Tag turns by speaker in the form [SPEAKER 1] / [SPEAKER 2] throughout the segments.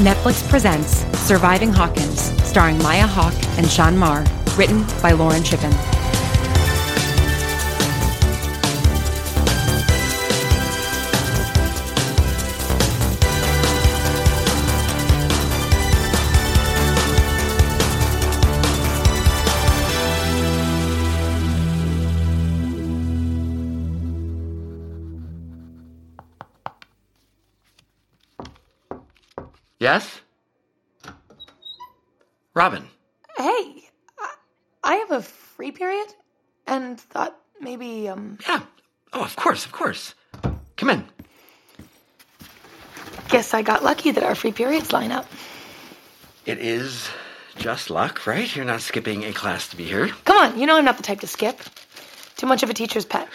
[SPEAKER 1] Netflix presents Surviving Hawkins, starring Maya Hawke and Sean Marr, written by Lauren Chippen.
[SPEAKER 2] Yes? Robin,
[SPEAKER 3] Hey, I, I have a free period and thought maybe, um,
[SPEAKER 2] yeah. Oh, of course, of course. Come in.
[SPEAKER 3] guess I got lucky that our free periods line up.
[SPEAKER 2] It is just luck, right? You're not skipping a class to be here.
[SPEAKER 3] Come on, you know I'm not the type to skip. Too much of a teacher's pet.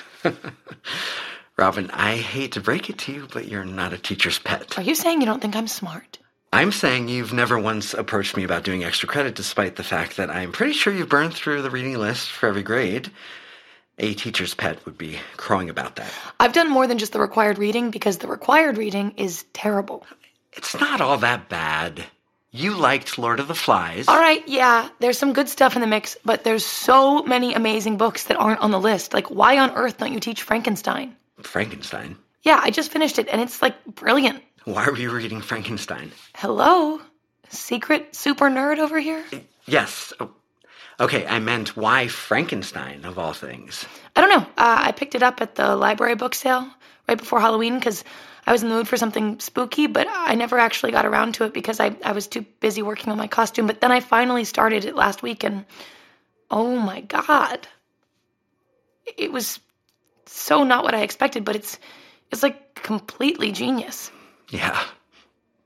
[SPEAKER 2] Robin, I hate to break it to you, but you're not a teacher's pet.
[SPEAKER 3] Are you saying you don't think I'm smart?
[SPEAKER 2] I'm saying you've never once approached me about doing extra credit, despite the fact that I'm pretty sure you've burned through the reading list for every grade. A teacher's pet would be crowing about that.
[SPEAKER 3] I've done more than just the required reading because the required reading is terrible.
[SPEAKER 2] It's not all that bad. You liked Lord of the Flies.
[SPEAKER 3] All right, yeah, there's some good stuff in the mix, but there's so many amazing books that aren't on the list. Like, why on earth don't you teach Frankenstein?
[SPEAKER 2] Frankenstein.
[SPEAKER 3] Yeah, I just finished it and it's like brilliant.
[SPEAKER 2] Why were you reading Frankenstein?
[SPEAKER 3] Hello? Secret super nerd over here?
[SPEAKER 2] Yes. Oh, Okay, I meant why Frankenstein of all things.
[SPEAKER 3] I don't know. Uh, I picked it up at the library book sale right before Halloween because I was in the mood for something spooky, but I never actually got around to it because I, I was too busy working on my costume. But then I finally started it last week, and oh my God. It was so not what I expected, but it's it's like completely genius.
[SPEAKER 2] Yeah,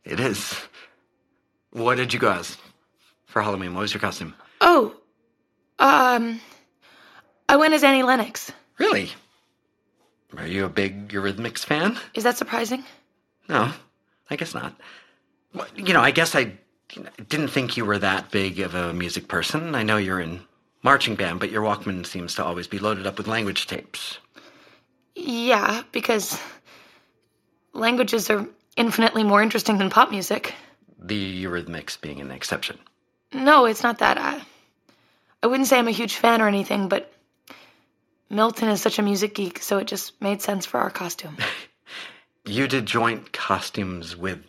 [SPEAKER 2] it is. What did you go as for Halloween? What was your costume?
[SPEAKER 3] Oh, um, I went as Annie Lennox.
[SPEAKER 2] Really? Are you a big Eurythmics fan?
[SPEAKER 3] Is that surprising?
[SPEAKER 2] No, I guess not. Well, You know, I guess I didn't think you were that big of a music person. I know you're in marching band, but your Walkman seems to always be loaded up with language tapes.
[SPEAKER 3] Yeah, because languages are infinitely more interesting than pop music.
[SPEAKER 2] The Eurythmics being an exception.
[SPEAKER 3] No, it's not that. I, I wouldn't say I'm a huge fan or anything, but Milton is such a music geek, so it just made sense for our costume.
[SPEAKER 2] You did joint costumes with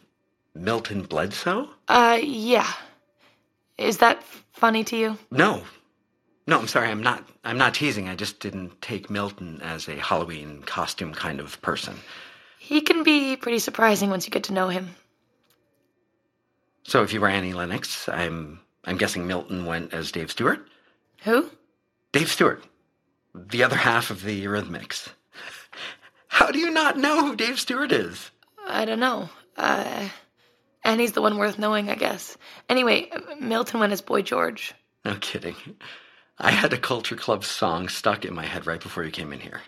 [SPEAKER 2] Milton Bledsoe?
[SPEAKER 3] Uh, yeah. Is that f- funny to you?
[SPEAKER 2] No. No, I'm sorry. I'm not I'm not teasing. I just didn't take Milton as a Halloween costume kind of person.
[SPEAKER 3] He can be pretty surprising once you get to know him.
[SPEAKER 2] So if you were Annie Lennox, I'm I'm guessing Milton went as Dave Stewart?
[SPEAKER 3] Who?
[SPEAKER 2] Dave Stewart. The other half of the Eurythmics. How do you not know who Dave Stewart is?
[SPEAKER 3] I don't know. Uh, and he's the one worth knowing, I guess. Anyway, Milton went as Boy George.
[SPEAKER 2] No kidding. I had a Culture Club song stuck in my head right before you came in here.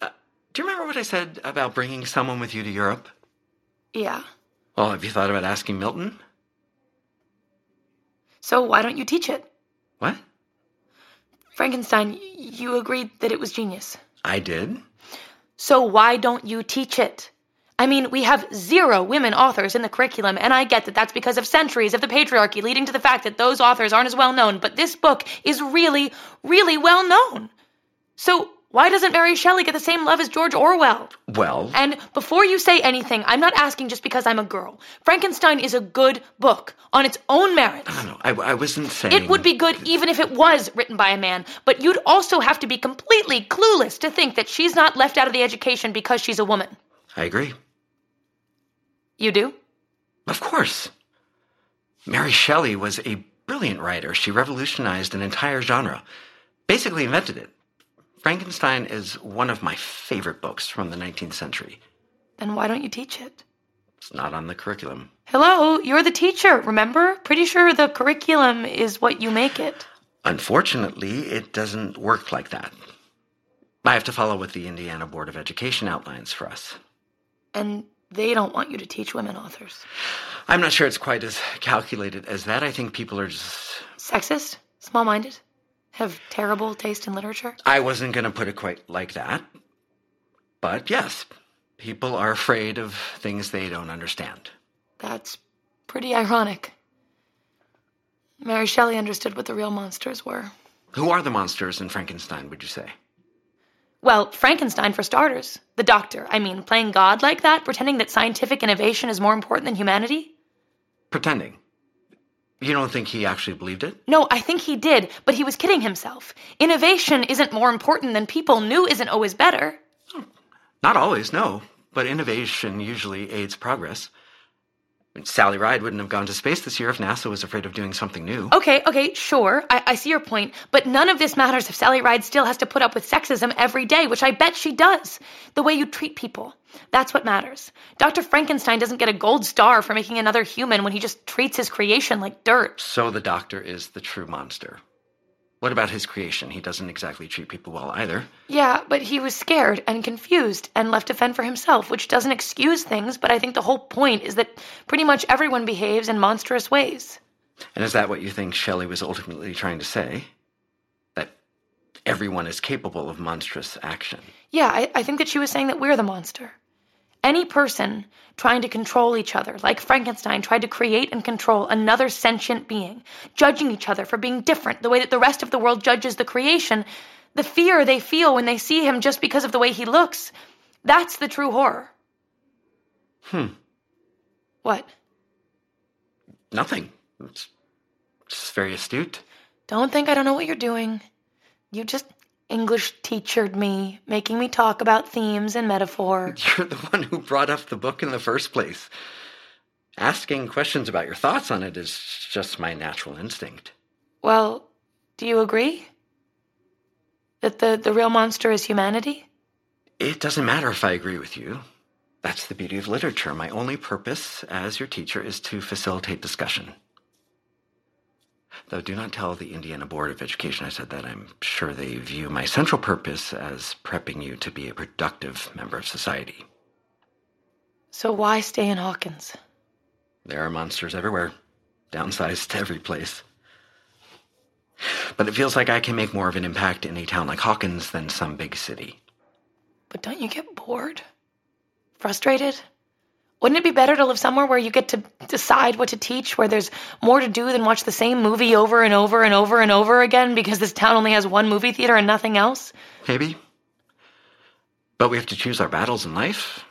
[SPEAKER 2] Uh, do you remember what I said about bringing someone with you to Europe?
[SPEAKER 3] Yeah.
[SPEAKER 2] Well, have you thought about asking Milton?
[SPEAKER 3] So why don't you teach it?
[SPEAKER 2] What?
[SPEAKER 3] Frankenstein, y- you agreed that it was genius.
[SPEAKER 2] I did.
[SPEAKER 3] So why don't you teach it? I mean, we have zero women authors in the curriculum, and I get that that's because of centuries of the patriarchy leading to the fact that those authors aren't as well known, but this book is really, really well known. So why doesn't Mary Shelley get the same love as George Orwell?
[SPEAKER 2] Well,
[SPEAKER 3] And before you say anything, I'm not asking just because I'm a girl. Frankenstein is a good book on its own merits.
[SPEAKER 2] I, don't know. I, I wasn't saying.
[SPEAKER 3] It would be good even if it was written by a man, but you'd also have to be completely clueless to think that she's not left out of the education because she's a woman.
[SPEAKER 2] I agree.
[SPEAKER 3] You do?
[SPEAKER 2] Of course. Mary Shelley was a brilliant writer. She revolutionized an entire genre, basically invented it. Frankenstein is one of my favorite books from the 19th century.
[SPEAKER 3] Then why don't you teach it?
[SPEAKER 2] It's not on the curriculum.
[SPEAKER 3] Hello, you're the teacher, remember? Pretty sure the curriculum is what you make it.
[SPEAKER 2] Unfortunately, it doesn't work like that. I have to follow what the Indiana Board of Education outlines for us.
[SPEAKER 3] And they don't want you to teach women authors.
[SPEAKER 2] I'm not sure it's quite as calculated as that. I think people are just
[SPEAKER 3] Sexist? Small minded? Have terrible taste in literature?
[SPEAKER 2] I wasn't going to put it quite like that. But yes, people are afraid of things they don't understand.
[SPEAKER 3] That's Pretty ironic. Mary Shelley understood what the real monsters were.
[SPEAKER 2] Who are the monsters in Frankenstein, would you say?
[SPEAKER 3] Well, Frankenstein for starters. The doctor, I mean, playing God like that, pretending that scientific innovation is more important than humanity?
[SPEAKER 2] Pretending. You don't think he actually believed it?
[SPEAKER 3] No, I think he did, but he was kidding himself. Innovation isn't more important than people. New isn't always better.
[SPEAKER 2] Not always, no. But innovation usually aids progress. I mean, Sally Ride wouldn't have gone to space this year if NASA was afraid of doing something new.
[SPEAKER 3] Okay, okay, sure, I, I see your point, but none of this matters if Sally Ride still has to put up with sexism every day, which I bet she does. The way you treat people, that's what matters. Dr. Frankenstein doesn't get a gold star for making another human when he just treats his creation like dirt.
[SPEAKER 2] So the doctor is the true monster. What about his creation? He doesn't exactly treat people well either.
[SPEAKER 3] Yeah, but he was scared and confused and left to fend for himself, which doesn't excuse things, but I think the whole point is that pretty much everyone behaves in monstrous ways.
[SPEAKER 2] And is that what you think Shelley was ultimately trying to say? That everyone is capable of monstrous action.
[SPEAKER 3] Yeah, I, I think that she was saying that we're the monster. Any person trying to control each other, like Frankenstein tried to create and control another sentient being, judging each other for being different, the way that the rest of the world judges the creation, the fear they feel when they see him just because of the way he looks, that's the true horror.
[SPEAKER 2] Hmm,
[SPEAKER 3] What?
[SPEAKER 2] nothing. It's just very astute.
[SPEAKER 3] Don't think I don't know what you're doing. You just English teachered me, making me talk about themes and metaphor.
[SPEAKER 2] You're the one who brought up the book in the first place. Asking questions about your thoughts on it is just my natural instinct.
[SPEAKER 3] Well, do you agree? That the, the real monster is humanity?
[SPEAKER 2] It doesn't matter if I agree with you. That's the beauty of literature. My only purpose as your teacher is to facilitate discussion. Though do not tell the Indiana Board of Education I said that. I'm sure they view my central purpose as prepping you to be a productive member of society.
[SPEAKER 3] So why stay in Hawkins?
[SPEAKER 2] There are monsters everywhere, downsized to every place. But it feels like I can make more of an impact in a town like Hawkins than some big city.
[SPEAKER 3] But don't you get bored? Frustrated? Wouldn't it be better to live somewhere where you get to decide what to teach, where there's more to do than watch the same movie over and over and over and over again because this town only has one movie theater and nothing else?
[SPEAKER 2] Maybe. But we have to choose our battles in life.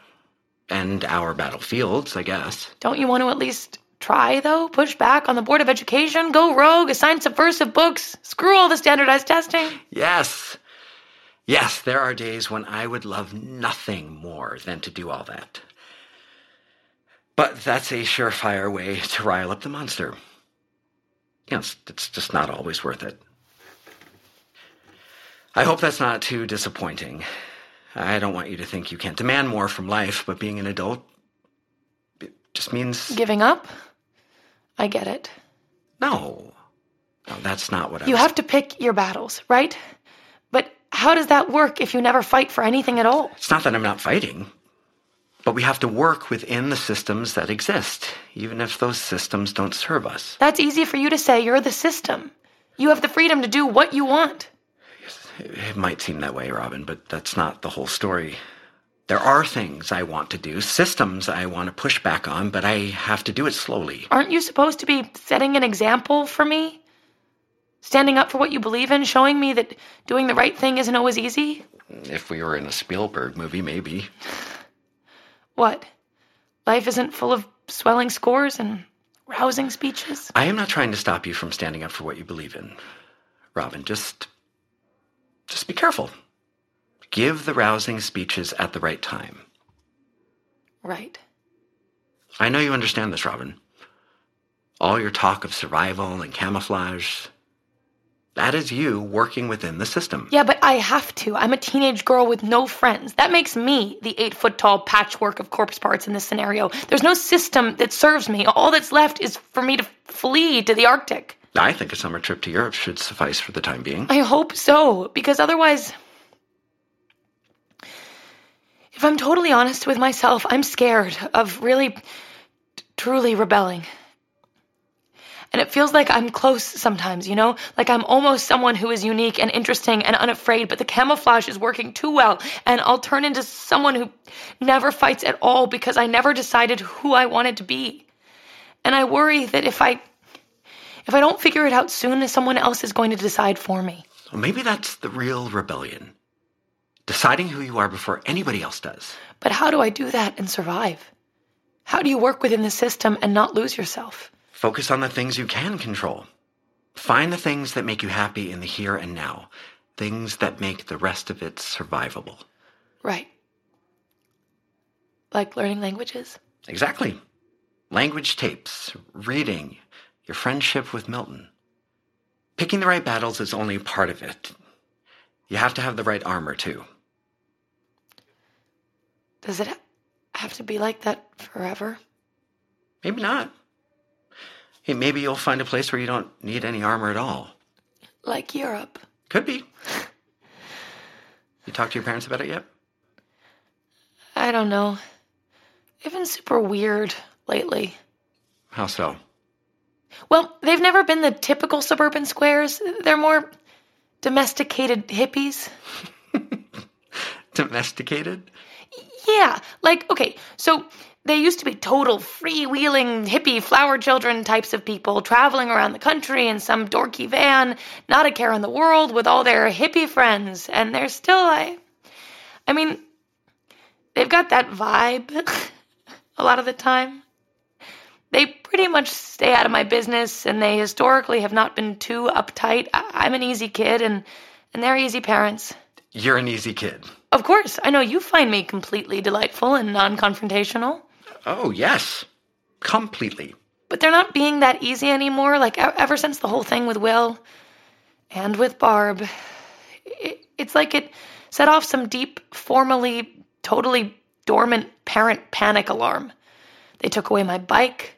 [SPEAKER 2] And our battlefields, I guess.
[SPEAKER 3] Don't you want to at least try, though? Push back on the Board of Education? Go rogue? Assign subversive books? Screw all the standardized testing?
[SPEAKER 2] Yes. Yes, there are days when I would love nothing more than to do all that. But that's a surefire way to rile up the monster. You know, it's, it's just not always worth it. I hope that's not too disappointing. I don't want you to think you can't demand more from life, but being an adult it just means
[SPEAKER 3] Giving up? I get it.
[SPEAKER 2] no. No, that's not what I
[SPEAKER 3] You
[SPEAKER 2] was
[SPEAKER 3] have to pick your battles, right? But how does that work if you never fight for anything at all?
[SPEAKER 2] It's not that I'm not fighting, but we have to work within the systems that exist, even if those systems don't serve us.
[SPEAKER 3] That's easy for you to say. You're the system. You have the freedom to do what you want.
[SPEAKER 2] It it might seem that way, Robin, but that's not the whole story. There are things I want to do, systems I want to push back on, but I have to do it slowly.
[SPEAKER 3] Aren't you supposed to be setting an example for me? Standing up for what you believe in, showing me that doing the right thing isn't always easy?
[SPEAKER 2] If we were in a Spielberg movie, maybe.
[SPEAKER 3] What? Life isn't full of swelling scores and rousing speeches?
[SPEAKER 2] I am not trying to stop you from standing up for what you believe in. Robin, just just be careful. Give the rousing speeches at the right time.
[SPEAKER 3] Right.
[SPEAKER 2] I know you understand this, Robin. All your talk of survival and camouflage, that is you working within the system.
[SPEAKER 3] Yeah, but I have to. I'm a teenage girl with no friends. That makes me the eight foot tall patchwork of corpse parts in this scenario. There's no system that serves me. All that's left is for me to flee to the Arctic.
[SPEAKER 2] I think a summer trip to Europe should suffice for the time being.
[SPEAKER 3] I hope so, because otherwise. If I'm totally honest with myself, I'm scared of really, t- truly rebelling. And it feels like I'm close sometimes, you know? Like I'm almost someone who is unique and interesting and unafraid, but the camouflage is working too well, and I'll turn into someone who never fights at all because I never decided who I wanted to be. And I worry that if I if I don't figure it out soon, someone else is going to decide for me.
[SPEAKER 2] Well, maybe that's the real rebellion. Deciding who you are before anybody else does.
[SPEAKER 3] But how do I do that and survive? How do you work within the system and not lose yourself?
[SPEAKER 2] Focus on the things you can control. Find the things that make you happy in the here and now, things that make the rest of it survivable.
[SPEAKER 3] Right. Like learning languages?
[SPEAKER 2] Exactly. Language tapes, reading, your friendship with Milton. Picking the right battles is only part of it. You have to have the right armor, too.
[SPEAKER 3] Does it ha- have to be like that forever?
[SPEAKER 2] Maybe not. Hey, maybe you'll find a place where you don't need any armor at all.
[SPEAKER 3] Like Europe?
[SPEAKER 2] Could be. You talked to your parents about it yet?
[SPEAKER 3] I don't know. They've been super weird lately.
[SPEAKER 2] How so?
[SPEAKER 3] Well, they've never been the typical suburban squares. They're more domesticated hippies.
[SPEAKER 2] Domesticated?
[SPEAKER 3] Yeah, like, okay, so they used to be total freewheeling, hippie, flower children types of people, traveling around the country in some dorky van, not a care in the world, with all their hippie friends. And they're still, I, I mean, they've got that vibe a lot of the time. They pretty much stay out of my business, and they historically have not been too uptight. I- I'm an easy kid, and, and they're easy parents.
[SPEAKER 2] You're an easy kid.
[SPEAKER 3] Of course, I know you find me completely delightful and non confrontational.
[SPEAKER 2] Oh, yes. Completely.
[SPEAKER 3] but they're not being that easy anymore. Like e- ever since the whole thing with Will and with Barb, it, it's like it set off some deep, formally, totally dormant parent panic alarm. They took away my bike.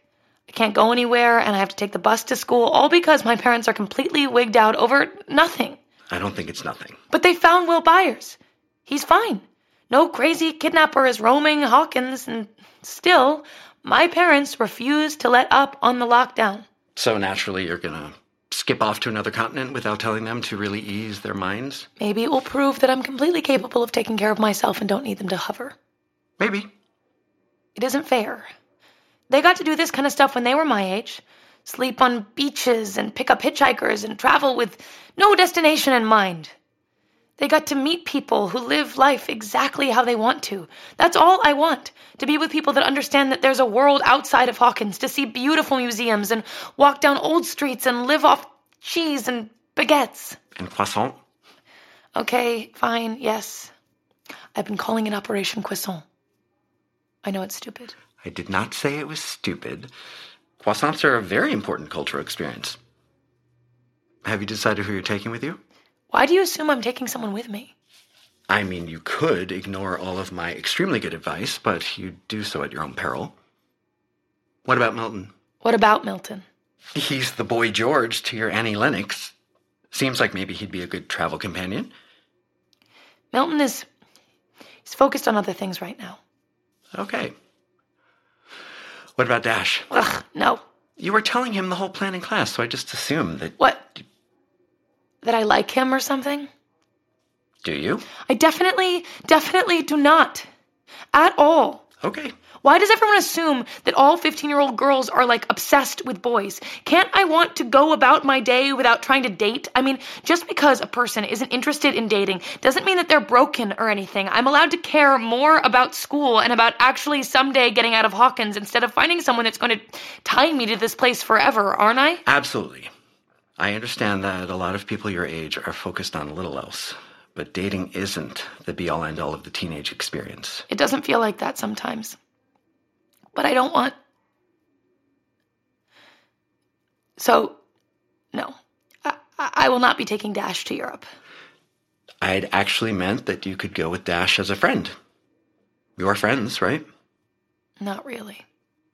[SPEAKER 3] I can't go anywhere, and I have to take the bus to school, all because my parents are completely wigged out over nothing.
[SPEAKER 2] I don't think it's nothing.
[SPEAKER 3] But they found Will Byers. He's fine. No crazy kidnapper is roaming Hawkins, and still, my parents refuse to let up on the lockdown.
[SPEAKER 2] So naturally, you're going to skip off to another continent without telling them to really ease their minds?
[SPEAKER 3] Maybe it will prove that I'm completely capable of taking care of myself and don't need them to hover.
[SPEAKER 2] Maybe.
[SPEAKER 3] It isn't fair. They got to do this kind of stuff when they were my age sleep on beaches and pick up hitchhikers and travel with no destination in mind. They got to meet people who live life exactly how they want to. That's all I want to be with people that understand that there's a world outside of Hawkins, to see beautiful museums and walk down old streets and live off cheese and baguettes.
[SPEAKER 2] And croissant?
[SPEAKER 3] Okay, fine, yes. I've been calling it Operation Cuisson. I know it's stupid.
[SPEAKER 2] I did not say it was stupid. Croissants are a very important cultural experience. Have you decided who you're taking with you?
[SPEAKER 3] Why do you assume I'm taking someone with me?
[SPEAKER 2] I mean, you could ignore all of my extremely good advice, but you do so at your own peril. What about Milton?
[SPEAKER 3] What about Milton?
[SPEAKER 2] He's the boy George to your Annie Lennox. Seems like maybe he'd be a good travel companion.
[SPEAKER 3] Milton is. He's focused on other things right now.
[SPEAKER 2] Okay. What about Dash?
[SPEAKER 3] Ugh, no.
[SPEAKER 2] You were telling him the whole plan in class, so I just assumed that.
[SPEAKER 3] What? That I like him or something?
[SPEAKER 2] Do you?
[SPEAKER 3] I definitely, definitely do not. At all.
[SPEAKER 2] Okay.
[SPEAKER 3] Why does everyone assume that all 15 year old girls are like obsessed with boys? Can't I want to go about my day without trying to date? I mean, just because a person isn't interested in dating doesn't mean that they're broken or anything. I'm allowed to care more about school and about actually someday getting out of Hawkins instead of finding someone that's going to tie me to this place forever, aren't I?
[SPEAKER 2] Absolutely. I understand that a lot of people your age are focused on little else, but dating isn't the be all end all of the teenage experience.
[SPEAKER 3] It doesn't feel like that sometimes. But I don't want. So, no. I, I I will not be taking Dash to Europe.
[SPEAKER 2] I'd actually meant that you could go with Dash as a friend. You're friends, right?
[SPEAKER 3] Not really.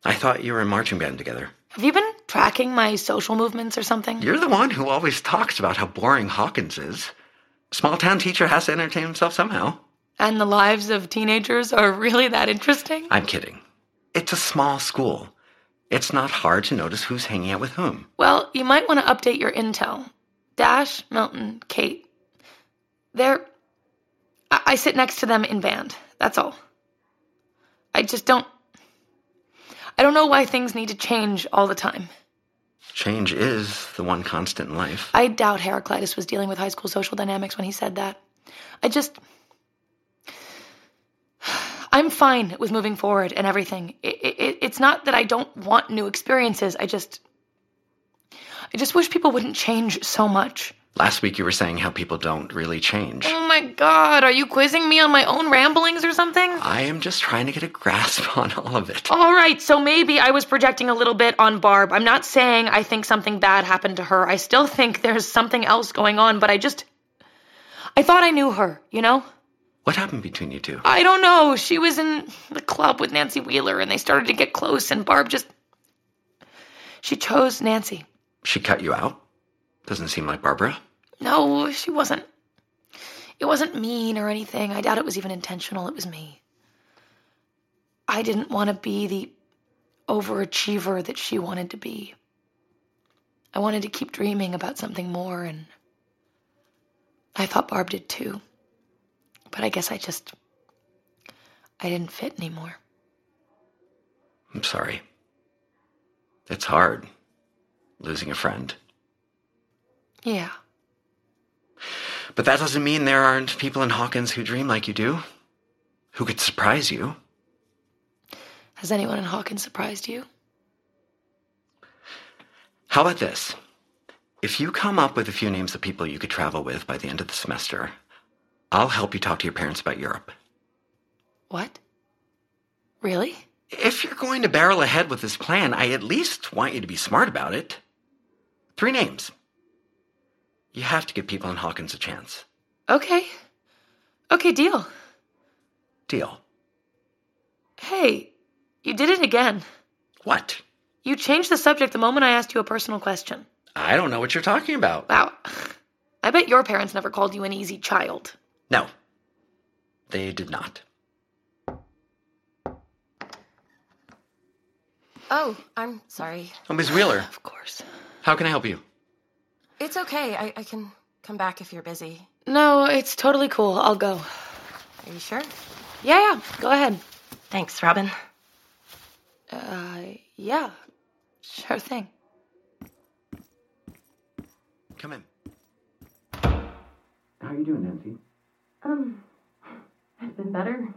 [SPEAKER 2] I thought you were in marching band together.
[SPEAKER 3] Have you been tracking my social movements or something?
[SPEAKER 2] You're the one who always talks about how boring Hawkins is. Small town teacher has to entertain himself somehow.
[SPEAKER 3] And the lives of teenagers are really that interesting?
[SPEAKER 2] I'm kidding. It's a small school. It's not hard to notice who's hanging out with whom.
[SPEAKER 3] Well, you might want to update your intel. Dash, Milton, Kate. They're. I, I sit next to them in band. That's all. I just don't. I don't know why things need to change all the time.
[SPEAKER 2] Change is the one constant in life.
[SPEAKER 3] I doubt Heraclitus was dealing with high school social dynamics when he said that. I just. I'm fine with moving forward and everything. It, it, it's not that I don't want new experiences. I just. I just wish people wouldn't change so much.
[SPEAKER 2] Last week you were saying how people don't really change.
[SPEAKER 3] Oh my god, are you quizzing me on my own ramblings or something?
[SPEAKER 2] I am just trying to get a grasp on all of it.
[SPEAKER 3] All right, so maybe I was projecting a little bit on Barb. I'm not saying I think something bad happened to her. I still think there's something else going on, but I just. I thought I knew her, you know?
[SPEAKER 2] What happened between you two?
[SPEAKER 3] I don't know. She was in the club with Nancy Wheeler and they started to get close, and Barb just. She chose Nancy.
[SPEAKER 2] She cut you out? Doesn't seem like Barbara.
[SPEAKER 3] No, she wasn't. It wasn't mean or anything. I doubt it was even intentional. It was me. I didn't want to be the overachiever that she wanted to be. I wanted to keep dreaming about something more, and I thought Barb did too. But I guess I just. I didn't fit anymore.
[SPEAKER 2] I'm sorry. It's hard losing a friend.
[SPEAKER 3] Yeah.
[SPEAKER 2] But that doesn't mean there aren't people in Hawkins who dream like you do, who could surprise you.
[SPEAKER 3] Has anyone in Hawkins surprised you?
[SPEAKER 2] How about this? If you come up with a few names of people you could travel with by the end of the semester, I'll help you talk to your parents about Europe.
[SPEAKER 3] What? Really?
[SPEAKER 2] If you're going to barrel ahead with this plan, I at least want you to be smart about it. Three names. You have to give people in Hawkins a chance.
[SPEAKER 3] Okay. Okay, deal.
[SPEAKER 2] Deal.
[SPEAKER 3] Hey, you did it again.
[SPEAKER 2] What?
[SPEAKER 3] You changed the subject the moment I asked you a personal question.
[SPEAKER 2] I don't know what you're talking about.
[SPEAKER 3] Wow. I bet your parents never called you an easy child.
[SPEAKER 2] No, they did not.
[SPEAKER 4] Oh, I'm sorry.
[SPEAKER 2] Oh, Ms. Wheeler,
[SPEAKER 3] Of course.
[SPEAKER 2] how can I help you?
[SPEAKER 4] It's okay. I, I can come back if you're busy.
[SPEAKER 3] No, it's totally cool. I'll go.
[SPEAKER 4] Are you sure?
[SPEAKER 3] Yeah, yeah. Go ahead.
[SPEAKER 4] Thanks, Robin.
[SPEAKER 3] Uh, yeah. Sure thing.
[SPEAKER 2] Come in. How are you doing, Nancy?
[SPEAKER 5] Um, I've been better.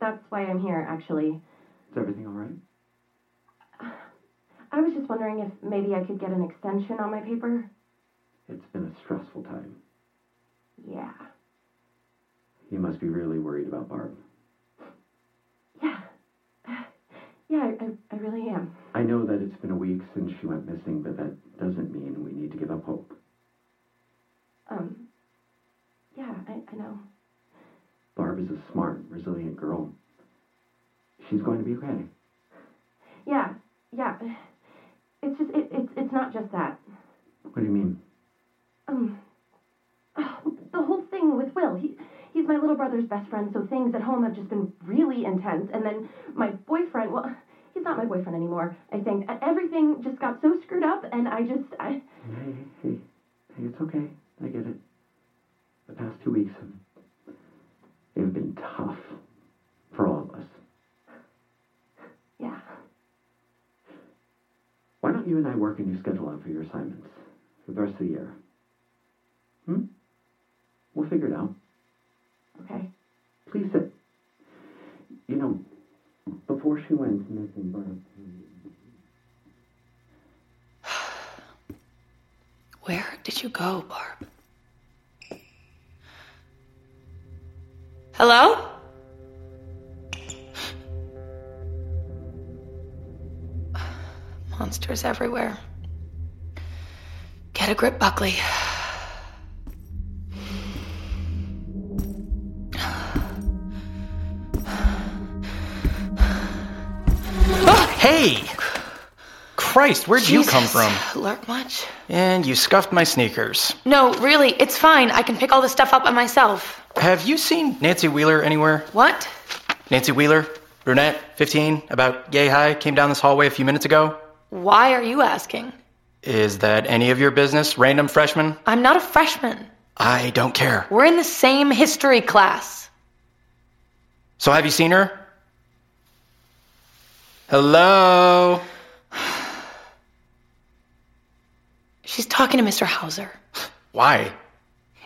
[SPEAKER 5] That's why I'm here, actually.
[SPEAKER 2] Is everything all right?
[SPEAKER 5] I was just wondering if maybe I could get an extension on my paper.
[SPEAKER 2] It's been a stressful time.
[SPEAKER 5] Yeah.
[SPEAKER 2] You must be really worried about Barb.
[SPEAKER 5] Yeah. Yeah, I, I, I really am.
[SPEAKER 2] I know that it's been a week since she went missing, but that doesn't mean we need to give up hope.
[SPEAKER 5] Um, yeah, I, I know.
[SPEAKER 2] Barb is a smart, resilient girl. She's going to be okay.
[SPEAKER 5] Yeah, yeah. It's just, it, it's it's not just that.
[SPEAKER 2] What do you mean?
[SPEAKER 5] Um, oh, the whole thing with Will. He, he's my little brother's best friend, so things at home have just been really intense. And then my boyfriend, well, he's not my boyfriend anymore, I think. E- Everything just got so screwed up, and I just, I,
[SPEAKER 2] Hey, hey, hey, hey, it's okay. I get it. The past two weeks have they've been tough for all of us.
[SPEAKER 5] yeah.
[SPEAKER 2] Why don't you and I work a new schedule out for your assignments for the rest of the year? Hmm? We'll figure it out.
[SPEAKER 5] Okay.
[SPEAKER 2] Please sit. You know, before she went missing, Barb.
[SPEAKER 3] Where did you go, Barb? Hello? Monsters everywhere. Get a grip, Buckley.
[SPEAKER 6] Hey! Christ, where'd you come
[SPEAKER 3] Jesus.
[SPEAKER 6] from?
[SPEAKER 3] Lurk much?
[SPEAKER 6] And you scuffed my sneakers.
[SPEAKER 3] No, really, it's fine. I can pick all this stuff up by myself.
[SPEAKER 6] Have you seen Nancy Wheeler anywhere?
[SPEAKER 3] What?
[SPEAKER 6] Nancy Wheeler, brunette, 15, about yay high, came down this hallway a few minutes ago.
[SPEAKER 3] Why are you asking?
[SPEAKER 6] Is that any of your business, random freshman?
[SPEAKER 3] I'm not a freshman.
[SPEAKER 6] I don't care.
[SPEAKER 3] We're in the same history class.
[SPEAKER 6] So have you seen her? Hello?
[SPEAKER 3] She's talking to Mr. Hauser.
[SPEAKER 6] Why?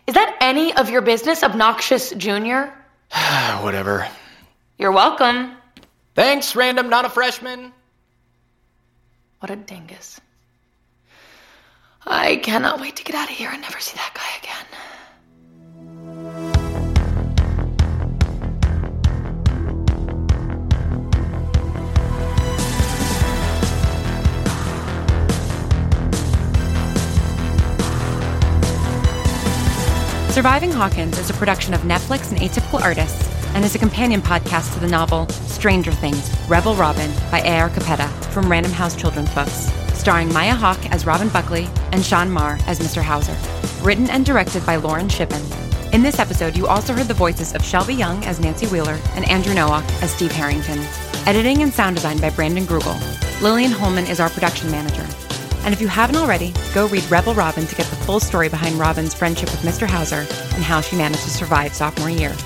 [SPEAKER 3] Is that any of your business, Obnoxious Junior?
[SPEAKER 6] Ah, Whatever.
[SPEAKER 3] You're welcome.
[SPEAKER 6] Thanks, random, not a freshman.
[SPEAKER 3] What a dingus. I cannot wait to get out of here and never see that guy again.
[SPEAKER 1] Surviving Hawkins is a production of Netflix and Atypical Artists and is a companion podcast to the novel Stranger Things Rebel Robin by A.R. Capetta from Random House Children's Books, starring Maya Hawke as Robin Buckley and Sean Marr as Mr. Hauser. Written and directed by Lauren Shippen. In this episode, you also heard the voices of Shelby Young as Nancy Wheeler and Andrew Nowak as Steve Harrington. Editing and sound design by Brandon Grugel. Lillian Holman is our production manager. And if you haven't already, go read Rebel Robin to get the full story behind Robin's friendship with Mr. Hauser and how she managed to survive sophomore year.